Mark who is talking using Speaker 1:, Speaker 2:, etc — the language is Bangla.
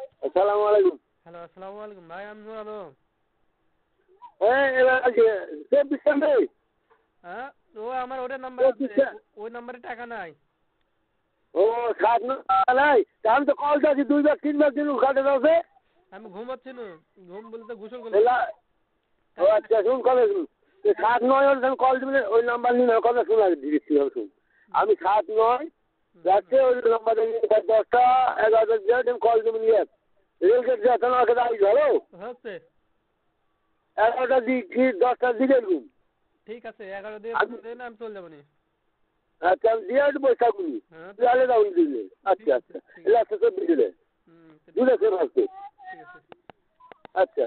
Speaker 1: আসসালামু আলাইকুম
Speaker 2: হ্যালো আসসালামু আলাইকুম ভাই আমি নুর আলম
Speaker 1: হ্যাঁ এরা আছে সে বিশ্বাস নেই
Speaker 2: হ্যাঁ ও আমার ওটা নাম্বার
Speaker 1: ও,
Speaker 2: আছে
Speaker 1: কিসটা?
Speaker 2: ওই নাম্বারে টাকা নাই
Speaker 1: ও সাত নাই আমি তো কল দিয়েছি দুইবার তিনবার দিন উঠাতে আছে
Speaker 2: আমি ঘুমাচ্ছি না ঘুম বলতে গোসল করলাম
Speaker 1: এলা ও আচ্ছা শুন কবে শুন এ সাত নয় ওর সঙ্গে কল দিবি ওই নাম্বার নিয়ে কথা শুন আগে দিচ্ছি আমি শুন আমি সাত নয় রাত্রে ওই নাম্বার দশটা এগারোটা যেটা কল দিবি নিয়ে রেলগেট যাচ্ছে না ওকে দাঁড়িয়ে ধরো
Speaker 2: হচ্ছে
Speaker 1: এগারোটার দিক ঠিক দশটার দিকে এরকম
Speaker 2: ঠিক আছে এগারো দিয়ে
Speaker 1: আমি-
Speaker 2: দেন আমি চলে যাবো নি
Speaker 1: আচ্ছা আমি দিয়ে আসবো থাকুনি
Speaker 2: হ্যাঁ ঠিক
Speaker 1: তাহলে দাউন দিলে আচ্ছা আচ্ছা এলা তো দিলে
Speaker 2: হুম, ঠিক
Speaker 1: দুটো সেবা আছে
Speaker 2: ঠিক আছে
Speaker 1: আচ্ছা